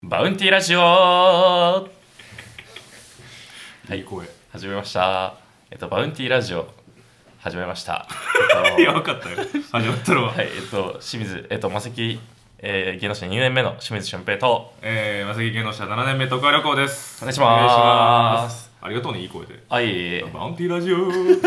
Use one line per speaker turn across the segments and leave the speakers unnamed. バウンティーラジオはい
い声。
始めましたえっとバウンティーラジオ始めました
い
えっ
や、
と
分かったよ。始まったのは。
はいえっと清水えっとマセキ、えー、芸能者2年目の清水俊平と
ええー、まさき芸能者7年目、徳川旅行です。
お願いします
す。ありがとうね、いい声で。
あいえいえ
バウンティーラジオ。いい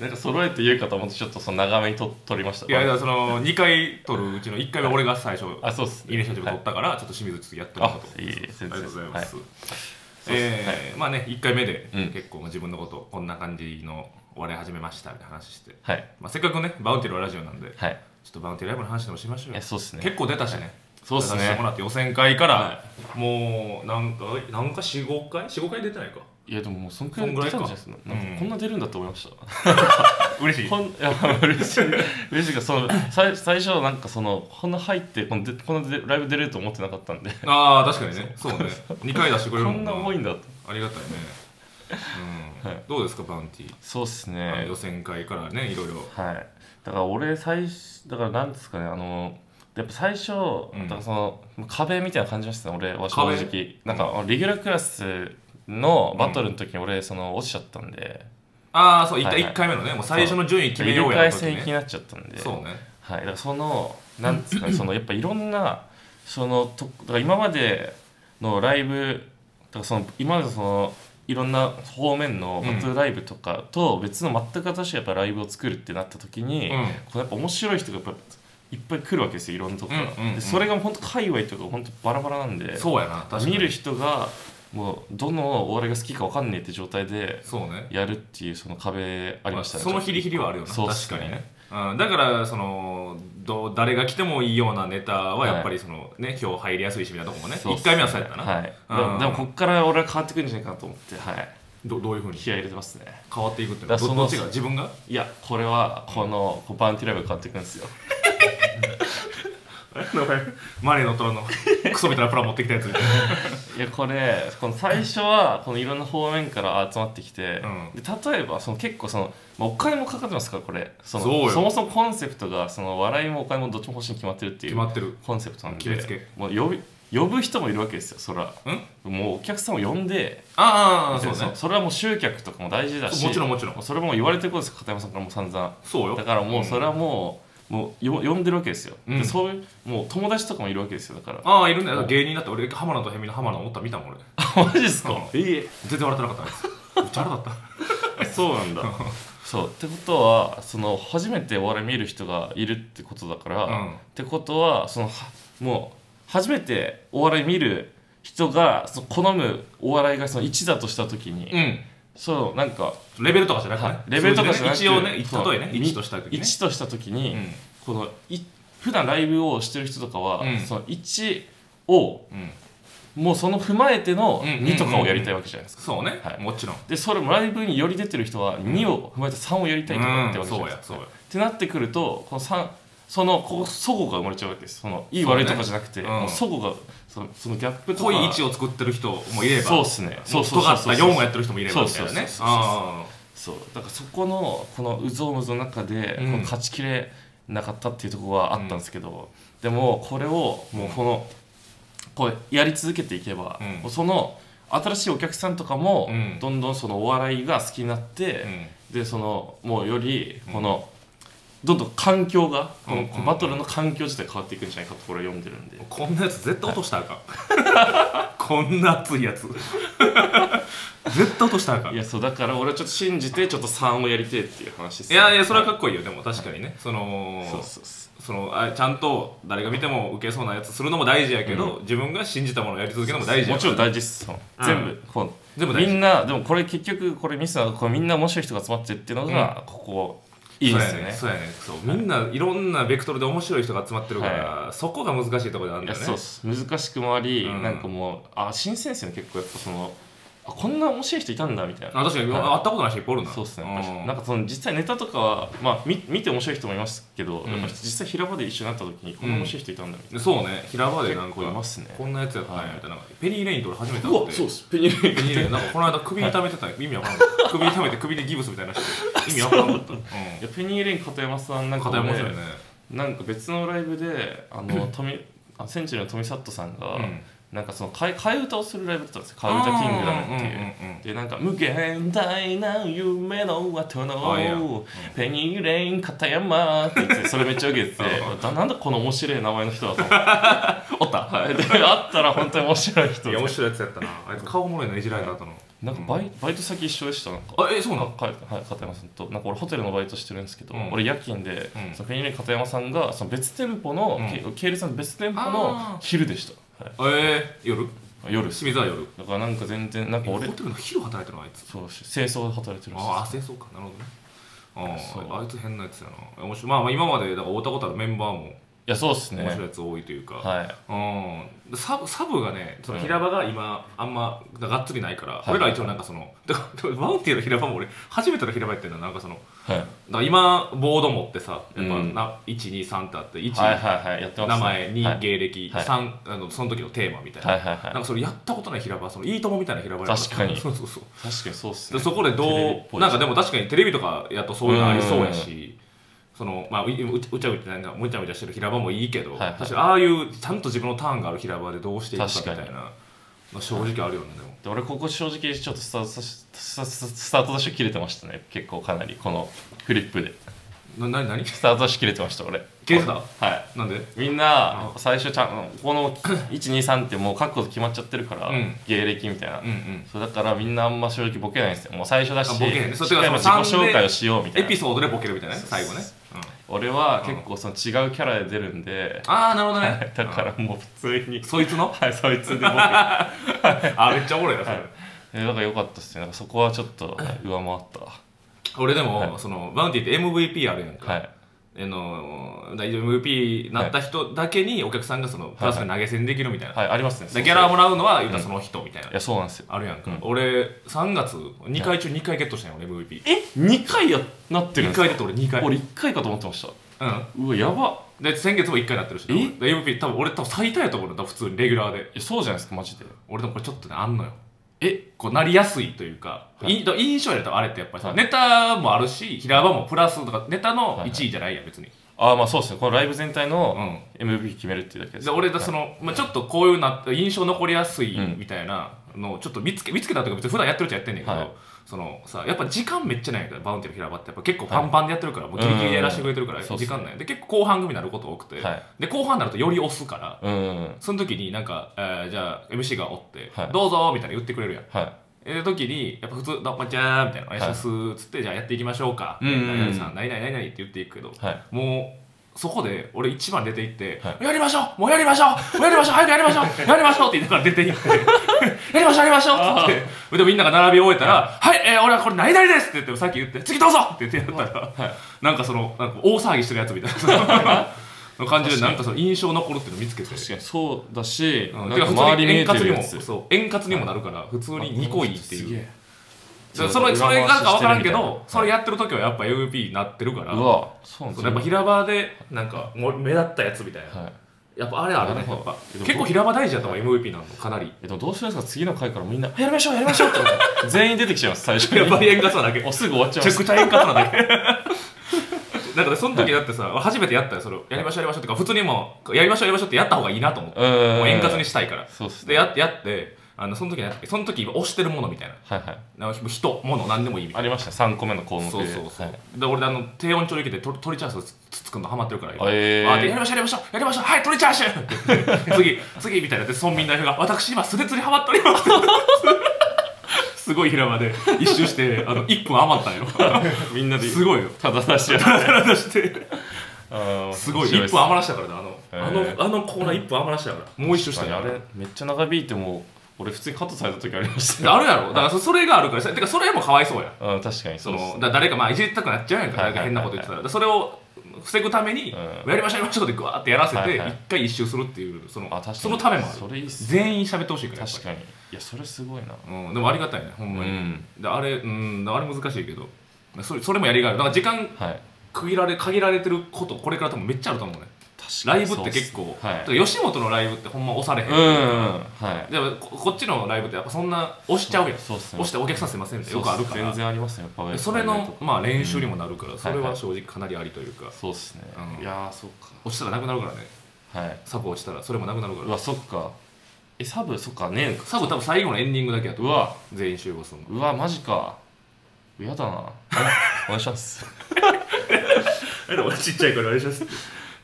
なん
ね。
か揃えて言うかと思ってちょっとその長めにと撮りました
いや、だからその2回撮るうちの1回は俺が最初、
あそうっす
いいね社長が
は
撮ったから、ちょっと清水ちょっとやってもらおう
あ
と。
いえいえ
あり
全
が
然
とうございます。
うっす
えーまあね、1回目で
うん
結構自分のこと、こんな感じのお笑い始めましたみたいな話して、
はい
まあ、せっかくね、バウンティーのラジオなんで、ちょ
はい
っとバウンティーライブの話でもしましょう
い
よ
や。そうっすね
結構出たしね、
そうっすね
出させてもらって予選会から、
は
もうなんかなんか45回45回出てないか
いやでももうそんくら
そ
い
んぐら
出
い
た
か
んじゃないですかなん
うん
かこんな出るんだと思いました
嬉し
こんいや嬉しい嬉しいがその最最初なんかそのこんな入ってこのでこんなでライブ出れると思ってなかったんで
ああ確かにねそうね2回出してく
こ
れるも
ん
ん
な多いんだと
ありがたいね、うん
はい
どうですかバウンティー、
そうっす
あの
ね
予選会からねいろいろ
はいだから俺最初だからなんですかねあのやっぱ最初、
うん
だからその壁みたいな感じましたね俺は正
壁
直なんか、レギュラークラスのバトルの時に俺その落ちちゃったんで、
ああそう 1,
はいはい
回目のねもう最初の順位決め
入れ
ようや
替
の
え
時
戦気に
ね
なっちゃったんで
そうね
はい、だからそのなんですか ねそのやっぱいろんなそのとだから今までのライブだからその今までそのいろんな方面のバトルライブとかと別の全く新しいやっぱライブを作るってなった時に、
うん
こうやっぱ面白い人がやっぱいっぱい来るわけですよいろんなとこから、
うんうんうん
でそれが本当界隈とか本当バラバラなんで
そうやな確かに
見る人がもうどのお笑いが好きか分かんねえって状態で
そうね
やるっていうその壁ありましたね、
そのヒリヒリはあるよな、
そうっ
確
す
か
ね
にね、うん、だからそのど誰が来てもいいようなネタはやっぱりその、ね今日入りやすいしみたいなとこもね
そうっすね
1回目はそうやったな、
はい、で
う
も
ん
でもこっから俺は変わってくるんじゃないかなと思ってはい
どどういうふうに
気合い入れてますね
変わっていくっていうの
だ
は
からそ
ど
の
どっちが自 分が
いやこれはこのこうバウンティーライブが変わっていくんですよ
マネーの虎のクソみたいなプラン持ってきたやつみたい
いやこれこの最初はこのいろんな方面から集まってきて、で例えばその結構その、まあ、お金もかかってますからこれその
そうよ
もそもコンセプトがその笑いもお金もどっちも欲しいに決まってるってい
決
う
まってる
コンセプトなんで
決めつ
もう呼び呼ぶ人もいるわけですよそら
うん
もうお客さんを呼んで
ああそう
そ
ね
のそれはもう集客とかも大事だし
もちろんもちろん
もうそれも言われてることですよ片山さんからも散々
そうよ
だからもうそれ
ん
はもう,、もうよ呼んでるわけですよ、
うん
でそういうもう友達とかもいるわけですよだから
ああいるんだよだから芸人だって俺浜野とヘミの浜野おったら見たもん俺
あマジですか、
う
え
全然笑ってな かったあいつめっちゃ腹立っ
え そうなんだ そうってことはその初めてお笑い見る人がいるってことだから、
たう
っ
ん
てことはそのはもう初めてお笑い見る人がその好むお笑いがその1だとした時に、
うん
そうなんか
レベルとかじゃなくてね、
はいレベルとかじゃなくて
数字でね一応ね
そう
例えね1とした時ね
1とした時に、
うん
このい普段ライブをしてる人とかは、
うん
その1を
うん、
もうその踏まえての
うんうんうんうん
2とかをやりたいわけじゃないですか、
そうね、
はい
もちろん
でそれもライブにより出てる人は2を踏まえて3をやりたいとかって
う
わけ
ん
じゃ
そ
な
う
いで
や
す
そ
か、
うや
ってなってくるとこの3そのここ祖語が生まれちゃうわけですそのいい悪いとかじゃなくて
うん
もう祖語、がそのそのギャップとか
濃い位置を作ってる人もいれば
そうっすねそうそう
も
そう
っと
そう
尖った4をやってる人もいればみたいな
そうそう
ね
そうそう
あ
そうだからそこのこのうぞうむぞの中で、
うん
この勝ちきれなかったっていうところはあったんですけど、でもこれをもうこの、こうやり続けていけば、
うん
その新しいお客さんとかも、
うん
どんどんそのお笑いが好きになって
ー、うん
でそのもうより
うん
この、どんどん環境がこの、
うんうん
バトルの環境自体変わっていくんじゃないかとこれ読んでるんで
こんなやつ絶対落としたらあかん、こんな熱いやつ絶対落としたらあかん
い
い
やそうだから俺はちょっと信じてちょっと3をやりてえっていう話です
やいやそれは
か
かっこいいよでも確かにねその
そうそうそう
そのあちゃんと誰が見ても受けそうなやつするのも大事やけど、自分が信じたものをやり続けるのも大事や
もちろん大
大
事です、
うん
全部こう
全部大
み
事
んなでもこれ結局これミスなのこれみんな面白い人が集まってるっていうのが、ここいいですよね
そうやねそうみんないろんなベクトルで面白い人が集まってるから、そこが難しいところであるん
い
だ
や
よね
そうっす難しくもあり、
うん
なんかもうあ新鮮ですよね結構やっぱそのあこんな面白い人いたんだみたいな
あ確かに、
はい
会ったことない人いっぱいおるな
そうっすねやっぱり
ん
なんかその実際ネタとかは、まあ、み見て面白い人もいますけど、
うん
やっぱ実際平場で一緒になった時にこんな面白い人いたんだみたい
そうね平場で
な、
なん
結
か
構いますね
こんなやつやったんやみたいな、ペニー・レインと俺初めて
う
会っ
わ
て
そうっすペニーレイ
ペニーレインなんかこの間首痛めてた、意味わからんかった首痛めて首でギブスみたいなして意味わからんかった、うん、
いやペニーレイン片山さんなんか
片
もね
山面白いね
なんか別のライブであの富あセンチュリーの富里さんが、
うん
なんかその替え替え歌をするライブだったんですよ「替え歌キングダム」っていう。でなんか無限大な夢の後
あいやう
のペニーレイン片山って言 ってそれめっちゃ受けててだなんだこの面白い名前の人だと思って
おった
はい、で会ったら本当に面白い人
いや
で
面白いやつやったなあいつ顔おもろいのいじられた後の
なんかバイバイト先一緒でしたなんか
あえそうな
か
の
かはい、片山さんとなんか俺ホテルのバイトしてるんですけど、
うん
俺夜勤で、
うん
そのペニーレイン片山さんがその別店舗の、
うん
け経理さんの別店舗
あ
の
ー
昼でした、は
えー、夜
い、夜です
清水は夜
だからなんか全然なんか
ホ
俺
テルの昼働いてるのあいつ
そう清掃で働いてるんですよ
ああそうそうかなるほどね
そう
あああいつ変なやつやな面白いまあまあ今までだから会ったことあるメンバーも
いやそうっすね
面白いやつ多いというか、
はい
うん、サブサブがねその
うん
平場が今あんまがっつりないから、
い
俺ら一応なんかそのだからマウンティの平場も俺初めての平場やってるのなんかそのだ
はい
から今ボード持ってさやっぱ
うん
な、123ってあって1、
はいはいはいやってます
名前
に
に
はい
芸歴、
はい
三あのその時のテーマみたいな、
はいはいはい
なんかそれやったことない平場そのいいともみたいな平場やった
確かに
そうそうそう
確かにそうっす
で
ね
そこで
テレビ
ど
っぽい
うなんかでも確かにテレビとかやとそういうのありそうやしそのまあうううちゃうちゃなんかむちゃむちゃしてる平場もいいけど、
はいはい
確かにああいうちゃんと自分のターンがある平場でどうしていくかみ
確
た
か
い
に
な、まあ、正直あるよねでも
で俺ここ正直ちょっとスタートしスタスタートダッシュ切れてましたね結構かなりこのフリップで
な何 何
スタートダッシュ切れてました俺
消えてた
はい
なんで
みんな最初ちゃんこの123ってもう書くこと決まっちゃってるから、
うん
芸歴みたいな、
うんうん
そうだからみんなあんま正直ボケないんですよもう最初だし
あボケないねそう
しっかり
てか
自
その
己紹介をしようみたい
エ
な
ピソードでボケるみたいなね最後ね、うん
俺は結構その違うキャラで出るんで、
ああなるほど
は
ね
いだからもう普通に、
そいつの
はいそいつで ボケえ
あめっちゃおもろいなそれ、
はいだから良かったっすねなんかそこはちょっとはい上回っ
俺でも、
はい
そのバウンティって MVP あるやんか、
たはい
あのだ MVP なった人だけにお客さんがそのプラスで投げ銭できるみたいな、
はいありますね
でギャラも
も
らうのは言うたらその人みたいな、
いやそうなんですよ
あるやんか、
うん
俺3月2回中2回ゲットしたんよ俺 MVP2
え2回やなってるんです
回
か
ゲット俺2回
俺1回かと思ってました
う
うわやば
んで先月も1回なってるし
え
で MVP 多分俺多分最多やと思うの多分普通にレギュラーで
いやそうじゃないですかマジで
俺でもこれちょっとねあんのよ
え
こうなりやすいというか、
はい
いだから印象やったらあれってやっぱりさ、
はい
ネタもあるし平場もプラスとかネタ
い
の
はい
1位じゃないやん別に、
ああまあそうですねこのライブ全体の
うん
MVP 決めるっていうだけです
で俺だそ
の
の、まあ、ちょっとこういうな印象残りやすいみたいなのをちょっと見つけ見つけたというか別に普段やってるっちゃやってんねんけど、
はい
そのさやっぱ時間めっちゃないからバウンティの平場ってやっぱ結構パンパンでやってるから、もうギリギリでやらせてくれてるから
うん
時間ないで結構後半組になること多くて、
はい
で後半になるとより押すから
うん
その時になんか、えーじゃあ MC がおって「
はい
どうぞ」みたいな言ってくれるやん。
は
えー時にやっぱ普通「どっまちゃー」みたいな「お願いします」っつって、じゃあやっていきましょうか」
うんうんうん
何々さん何々何々って言っていくけど、
いはい
もうそこで俺一番出て行って、
は
やりましょうもうやりましょうもうやりましょう早くやりまし ょうやりましょうって言いながら出て行ってやりましょうやりましょうって言ってでみんなが並び終えたら「はい、えー俺はこれ何々です」って言ってさっき言って「次どうぞ!」って言ってやったら、なんかそのなんか大騒ぎしてるやつみたいなの感じでなんかその印象残るっていうの見つけて。
確かにそうだし、
うん
な
て
んか
か普通
周
に
り見
円
えて
滑に
る
も
やつ
そう円滑にもなるから普通に2個いいっていう
すげ
そ
え
それそれが分からんけ
裏回ししてるみたいなはい
どそれやってる時はやっぱ MVP になってるから
うわそうなん
そ
です
うやっぱ
ね
平場でなんかもう目立ったやつみたいな、
はい
やっぱあれあるね
なるほ
や
ど
っぱ
でも
結構平場大事だと思う MVP なのかなり
えでもどうするんですか次の回からみんなやりましょうやりましょうって 全員出てきちゃいます最初に
やっぱり円滑なだけめ
おすぐ終わっちゃい
ち
ま
ゃ
す
くちゃ円滑なだけ だからその時だってさ、初めてやったよそれをやりましょうやりましょうってか普通にもうやりましょうやりましょうってやった方がいいなと思って、
うん
もう円滑にしたいから
そうっす
で
ね
ややってあのその時ねその時今推してるものみたいな
はいはい
なんか人、物、何でもいいみた
あ
い
りました3個目の項目
な。
で
そうそうそう。
はい
で、俺、あの、低温調理器でと鳥チャーシューつつくのハマってるから、今。
えー
あでやりましょう、やりましょう、やりましょう、はい、鳥チャーシュー って次、次、みたいな。で、村民代表が、私今、すれつりハマっております すごい平場で一周して、あの、1分余った んよ。
みんなです
ごいよ。
ただ出しや
体して。
つ
すごい、1分余らしたからな、あの、
へー
あの、あのコーナー1分余らしたから。もう一周したんよ
あれめっちゃ長引いてもう俺普通にカットされた時ありましたよ
あるやろ。だからそ、それがあるからさ、てか、それもかわいそうや。
うん、確かにそ
そう
っす
のだ誰かまあいじりたくなっちゃうやんか
は
ないん
はい
か
はい
変なこと言ってたらだそれを防ぐために
うん
やりましょうやりましょうってぐわーってやらせ
は
て
いはい
一回一周するっていうその
あ確かに
そのためもあ
それいい
る
っす
全員喋ってほしいからやっ
確
ぱ
かにいやそれすごいな
りうんでもありがたいねほんま
う
に
ん
であれうんあれ難しいけどそれそれもやりがいあるだから時間
はい
区切られ限られてることこれから多分めっちゃあると思うね
確
ライブって結構
そうっ
だ
す
か
はい
ら吉本のライブってほんま押されへ
うん
ん
はい
でもここっちのライブってやっぱそんな押しちゃうやん
そうっすね
押してお客さんすいませんみたいなよくあるから
全然ありますねやっぱ
それのまあ練習にも
な
なるから
ん
それは正直かなりありというか
そうっすね
うん
いやーそうか
落ちたらなくなるからね
はい
サポ落ちたらそれもなくなるか
う
ら
わそっかえサブそっかねえのか
サブ多分最後のエンディングだけやと
うわ
全員集合するの
うわマジか嫌だなお願いします
えでもちっちゃい頃あれします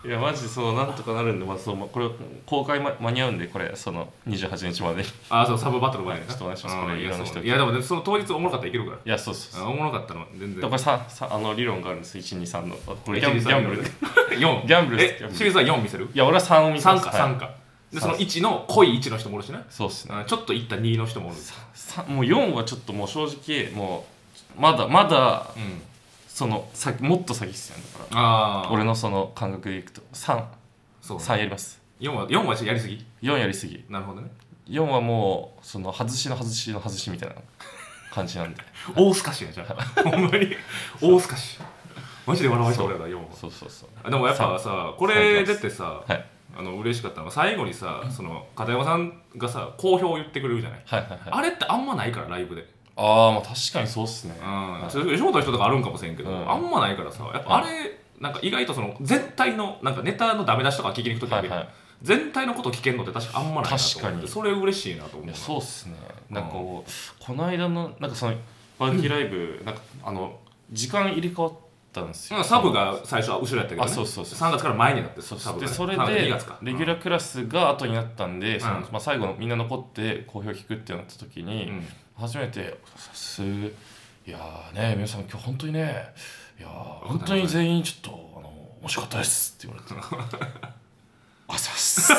いやマジそうなんとかなるんでまずそうまこれ公開、ま、間に合うんでこれその28日までに
あそうサブバトルまで
ちょっとお願いしますこれ
い
いろん
や
な
そ
人
ういやでもねその当日おもろかったらいけるから
いやそうそうそう
あおもろかったの全然
でこれささあの理論があるんです123のこれギャンギ
1 2 3
ャンブルい
4
ギャンブルですギャンブル
え清水さん4見せる
や俺は3を見たん
3
です
か
はい
3かでその1の濃い1の人もおるしな
そうっすね
あちょっといった2の人もおる
さもう4はちょっともう正直もうまだまだ
うん
その先もっと先っすよねだか
あ
ら
あ
俺のその感覚でいくと33
そうね
やります
4は4はやりすぎ
4やりすぎ
なるほどね
4はもうその外しの外しの外しみたいな感じなんで
大スカシやじゃあほんまに大スカシマジで笑われた
そう
俺ら4は
そうそうそう
あでもやっぱさこれ出てさ
はい
あの嬉しかったのが最後にさその片山さんがさ好評を言ってくれるじゃない
はいはいはい
あれってあんまないからライブで
ああまあ確かにそうっすね
うん、それ吉本の人とかあるんかもしれんけど、
うん
あんまないからさやっぱあれ、なんか意外とその全体のなんかネタのダメ出しとか聞きに行く時あ
は
る
い
やん
はい
全体のこと聞けんのって確かあんまないなと思って
確かに
それ嬉しいなと思う
い
な
やそうっすねなんかこうこの間のなんかそのバンキーライブなんかあの時間入れ替わったんです
うん
よ
サブが最初は後ろやったけど、ね、
あそうそうそう
3月から前になって
そ
サブ
して
がね
それ
3月
で
2月か
レギュラークラスが後になったんでその
うん
まあ最後のみんな残って好評聞くってなった時
うん
に初めてすいやーね皆さん今日本当にねいやー本当に全員ちょっとあの面白かったですって言われて あざっす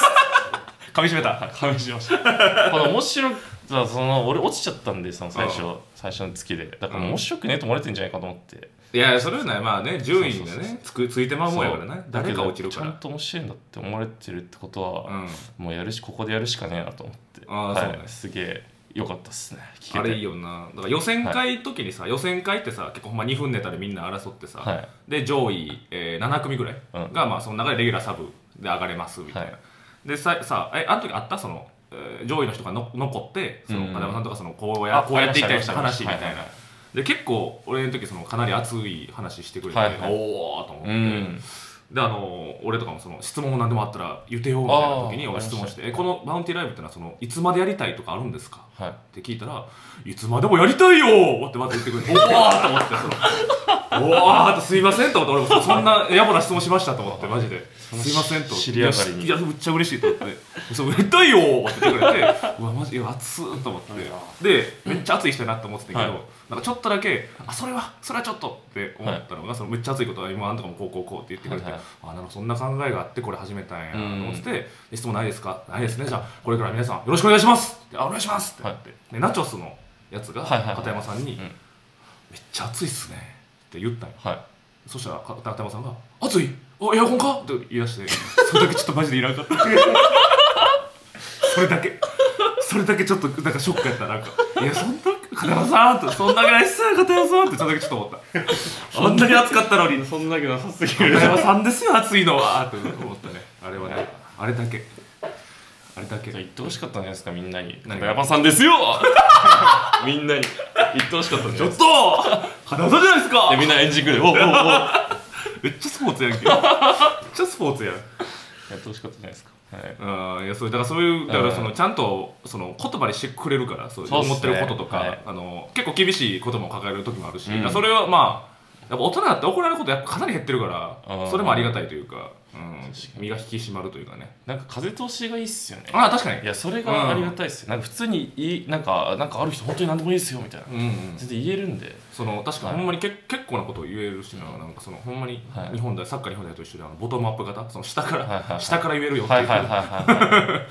噛み締めた
感じましたこの面白さその俺落ちちゃったんでその最初
う
最初の月でだから
うん
面白くねえと思われてんじゃないかと思って
いやいやそれはねまあね順位
そ
が
うそうそう
ねつくついてまうもんやからね
そう
誰か落ちる
だ
か
けど
ら
ちゃんと面白いんだって思われてるってこと
う
は、
ん、
もうやるしここでやるしかねえなと思って
あー
はい
そうね
すげえ良かったっすね聞
あ
けて
れいいよなだから予選会の時にさ、予選会ってさ結構ほんま2分ネタでみんな争ってさ、
はい
で上位、えー7組ぐらいが、
うん
まあ、その中でレギュラーサブで上がれますみたいな、
は
でささえあの時あったその、えー上位の人がの残ってその
うん
片山さんとかそのこうや
あ
こうやっていったりした
ありまし
話
た
みたいな、
はいはいは
で結構俺の時そのかなり熱い話してくれて、
はいはい
おおと思って、
うん
であの俺とかもその質問何でもあったら言ってよみたいな時に
あー
俺質問して「えこのバウンティーライブってのはそのいつまでやりたいとかあるんですか?」
はい
って聞いたら「いつまでもやりたいよ!」ってまた言ってくれて「おわ!」と思ってその「おわ!」と「すいません」と思って俺もそそんな野暮な質問しましたと思ってマジで「
の
すいません」と
知り上がりに
いやいやむっちゃ嬉しいと思って「そうやりたいよ!」って言ってくれて「うわマジいや熱っ!」と思ってでめっちゃ熱い人やなと思ってたけど、
はい
なんかちょっとだけ「あそれはそれはちょっと」って思ったのが、そのめっちゃ熱いことは m 1とかもこうこうこうって言ってくれて、
はいはい
あなんかそんな考えがあってこれ始めたんやと思ってて、で質問ないですかないですねじゃあこれから皆さんよろしくお願いしますであお願いしますってなって、でナチョスのやつが
はいはいはい
片山さんに、
うん
めっちゃ熱いっすねって言ったんよ
はい
そしたらか片山さんが「熱いあエアコンか?」って言い出して それだけちょっとマジでいらんかった それだけそれだけちょっとなんかショックやったなんか「いやそんな片山さん」って「そんなぐらいっすよ片山さん」ってそれだけちょっと思 ったあんなに熱かったのに
そんだけなさすぎ
片山さんですよ熱いのはって思ったねあれはねあれだけあれだけ
言ってほしかったんじゃないですかみんなに「
何
中
が
山さんですよ! 」 みんなに言ってほしかったんじ
ち
ゃない
ょっ
です
と片山さんじゃないです
か
か
でみんなエンジン組んで「 おうおうおうや
めっちゃスポーツやんけめっちゃスポーツやん
ってほしかったじゃないですかはい
うんいやそれだからそういうだか
う
ら
ん
そのちゃんとその言葉にしてくれるからそういう
そうっすね
思ってることとか、
はい
あの結構厳しい言葉を抱える時もあるし、
うん
だからそれはまあやっぱ大人だって怒られることやっぱかなり減ってるから
うん
それもありがたいというか、うん
確かに
身が引き締まるというかね
なんか風通しがいいっすよね
ああ確かに
いやそれがありがたいっすよ、なんか普通にいいなんかなんかある人本当に何でもいいっすよみたいな、
うん、うん、
全然言えるんで
その確か
はい
にほんまにけ結構なことを言えるしななんかそのほんまに
はい
日本代サッカー日本代と一緒であのボトムアップ型その下から、
はいはいはい
下から言えるよって、
はいいうはいはいはい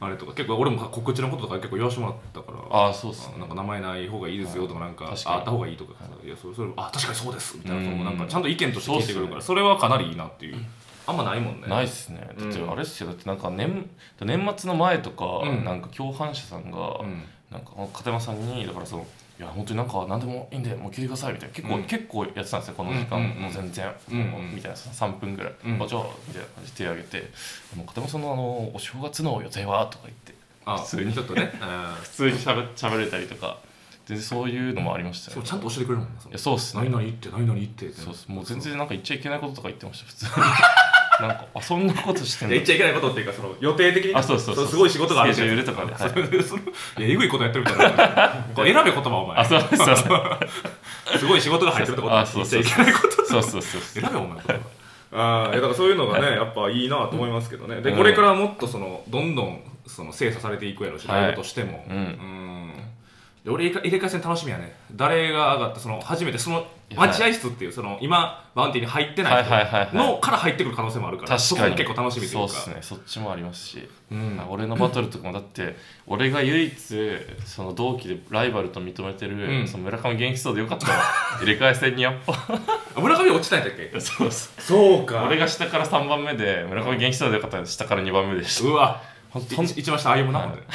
あれとか結構俺も告知のこととか結構言わせてもらったから
ああそうっすね
なんか名前ない方がいいですよとかなんか,、
確かに
ああった方がいいとかさ、い、やそれそれあ確かにそうですみたいな
うん
そのなんかちゃんと意見として聞いてくるからそ,、
そ
れはかなりいいなっていうあんまないもんね
ないっすねだって
うん
あれっすよだってなんか年年末の前とか、
うん
なんか共犯者さんが、
うん
なんか片山さんにだからそのいや本当になんか何でもいいんでもう聞いてくださいみたいな結構、
うん
結構やってたんですよこの時間、
うんうんうん
もう全然、
うんうん
もみたいな3分ぐらい、
うん
あじゃあみたいな感じで手挙げてあの片山さんのあのお正月の予定はとか言って
あ
普通に
ちょっ とね、
普通にしゃべしゃべれたりとか全然そういうのもありました
そ
ね
うちゃんと教えてくれるもんない
やそうっすね
何々言って何々言ってって
そうっすもう全然なんか言っちゃいけないこととか言ってました普通になんかあそんなことしてん
言っ
だ
ちゃいけないことっていうかその予定的にね
あそうそうそう
すごい仕事があるじゃない
スケジュールとかで
そうそういやえぐいことやってるみたいなこう選べ言葉お前
あそうそうそう
すごい仕事が入ってるってこと
あ
言
そう
っちゃ
そう
いけないこと
そうそうそう
選べお前言葉ああいやだからそういうのがね、やっぱいいなと思いますけどねで
うん
これからもっとそのどんどんその精査されていくやろうし、
はい
ライブとしても
うん
んで俺入れ入れ替え戦楽しみやね誰が上がったその初めてその待合室っていうその今バウンティーに入ってない人
はいはいはいはい
のから入ってくる可能性もあるから
確かに
そこも結構楽しみというか
そうっすねそっちもありますし、
うん
あ俺のバトルとかもだって俺が唯一その同期でライバルと認めてる、
うん
その村上元気そうでよかったわ入れ替え戦にやっぱ
あ村上落ちたんやったっけ
そうそう
そうか
俺が下から3番目で村上元気そうでよかったら下から2番目でした
うわ
ほんと
い
ほんと
一番下歩むな、
はい
ほんで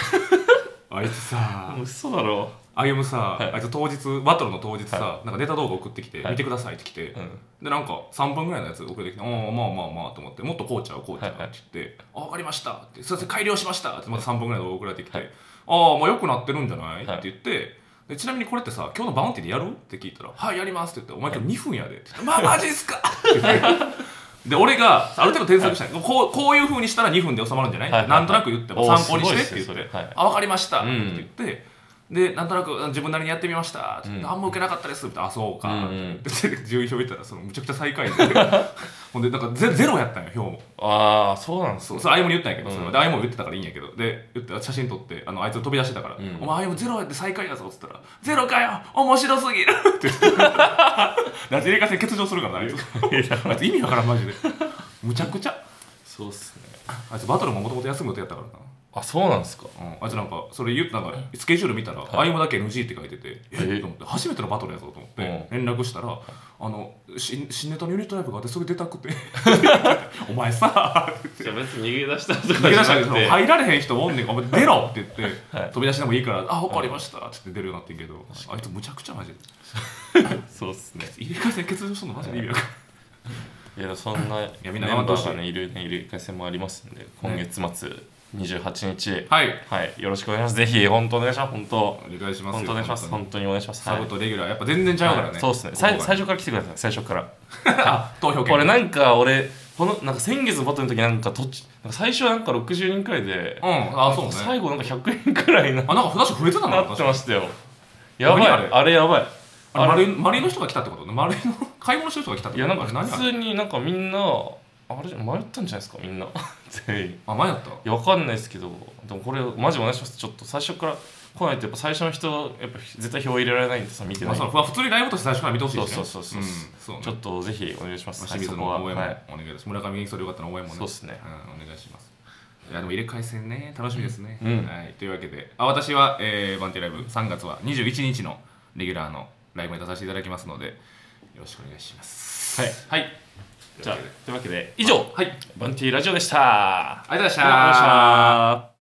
あいつさ
もう嘘だろ
歩むさ、あいつ当日バトルの当日さ、
は
なんかネタ動画送ってきて、
はい
見てくださいって来て、
うん
でなんか3分ぐらいのやつ送ってきて「おーまあまあまあ」と思って「もっとこうちゃうこうちゃう」っ
は
て
いはい
言って「あ分かりました」って「すいません改良しました」ってまた3分ぐらいの動画送られてきて「ああまあ良くなってるんじゃない?」って
はい
言って。でちなみにこれってさ今日のバウンティーでやるって聞いたら「はいやります」って言って「お前今日2分やで」って言って「まあマジっすか!」って言ってで俺がある程度添削したい、こうこういうふうにしたら2分で収まるんじゃない、
はいはい
なんとなく言っても
おー
参考にしてって言っ
すごい
て
っすねそれはい
あ分かりました」っ
う
て
ん
言って、でなんとなく自分なりにやってみました、
うん
あんま受けなかったですみたいな「あそうか」
うん うん
で順位表見たらそのむちゃくちゃ最下位で ほんでなんかゼゼロやったんよ票も
ああそうなんす
そうそれあいもに言ったんやけどそれは
うん
であいも言ってたからいいんやけどで言って写真撮ってあのあいつ飛び出してたから「
うん
お前あいもゼロやって最下位やぞ」っつったら「ゼロかよ面白すぎる」 って言ってラジレカ戦欠場するからなあいつあいつ意味わからんマジでむちゃくちゃ
そうっすね
あいつバトルももともと休む予定やったからな
あそうなんすか
うんあいつなんかそれ言うなんかスケジュール見たら「歩、もだけ NG」って書いてて「え
え
と思って初めてのバトルやぞと思って連絡したら「あのし新ネタのユニットライブがあってそれ出た くて」お前さ」
じゃあ別に逃げ出したと
逃
か
げ
じ
出
ゃ
したけ
な
ど
くて
入られへん人もおんねんから「お前出ろ!」って言って、
はい
飛び出しでもいいから「あ分かりました」って言って出るようになってんけどあいつむちゃくちゃマジで
そうっすね
入れ替え戦欠場するのマジで意味わかんない
いやそんなメ
や
ン
みんな
バ
頑張ってほしい
ーがねいるねいる回戦もありますんで今月末28日、
はい
はい、よろしくお願いします。ぜひ、本当お願いします。本当、
お願いします
本当お願いします。
本
本当にお願いします。
当にサブとレギュラーやっぱ全然ちゃうからね、
はいそうですね。
ここが
最最初から来てください。最初から。
あ投票権
これなんか、俺、この、なんか先月のバトルの時なんか、とち、なんか最初はなんか60人くらいで
う、んあそうね
最後なんか100人くらいにな
あなんか話増えてたの
なってましたよ。やばい。
何あ
あ
れ
れやばい。あ
あれ丸
れ
い丸いの人が来たってことね丸いの買い物してる人が来たってこと
いや、なんか
あれ何あ
普
れ
通になんかみんな、あれ、迷ったんじゃないですか、みんな。 全員。
あ前だった
いや、わかんないですけど、でもこれ、マジお願いします。ちょっと最初から来ないと、やっぱ最初の人、やっぱ絶対票入れられないんでさ、見てな
まあ
い
そ。のまあ普通にライブとして最初から見てほしいし、ね、
そうそうそうそうん
そうね
ちょっとぜひお願いします。
清水
そこは
の応援もお
は
願
い
いします村上元気そうでよかったら応援もね
そうっすね
うん、お願いしますいやでも入れ替え戦ね楽しみですね、
うん
はい、というわけであ私は、えー、バンティライブ3月は21日のレギュラーのライブに出させていただきますのでよろしくお願いします
はい
はい
じゃあ、というわけで、以上、
はいありがとう
バンティラジオでした。
ござい
ありがとうございま
まし
したた。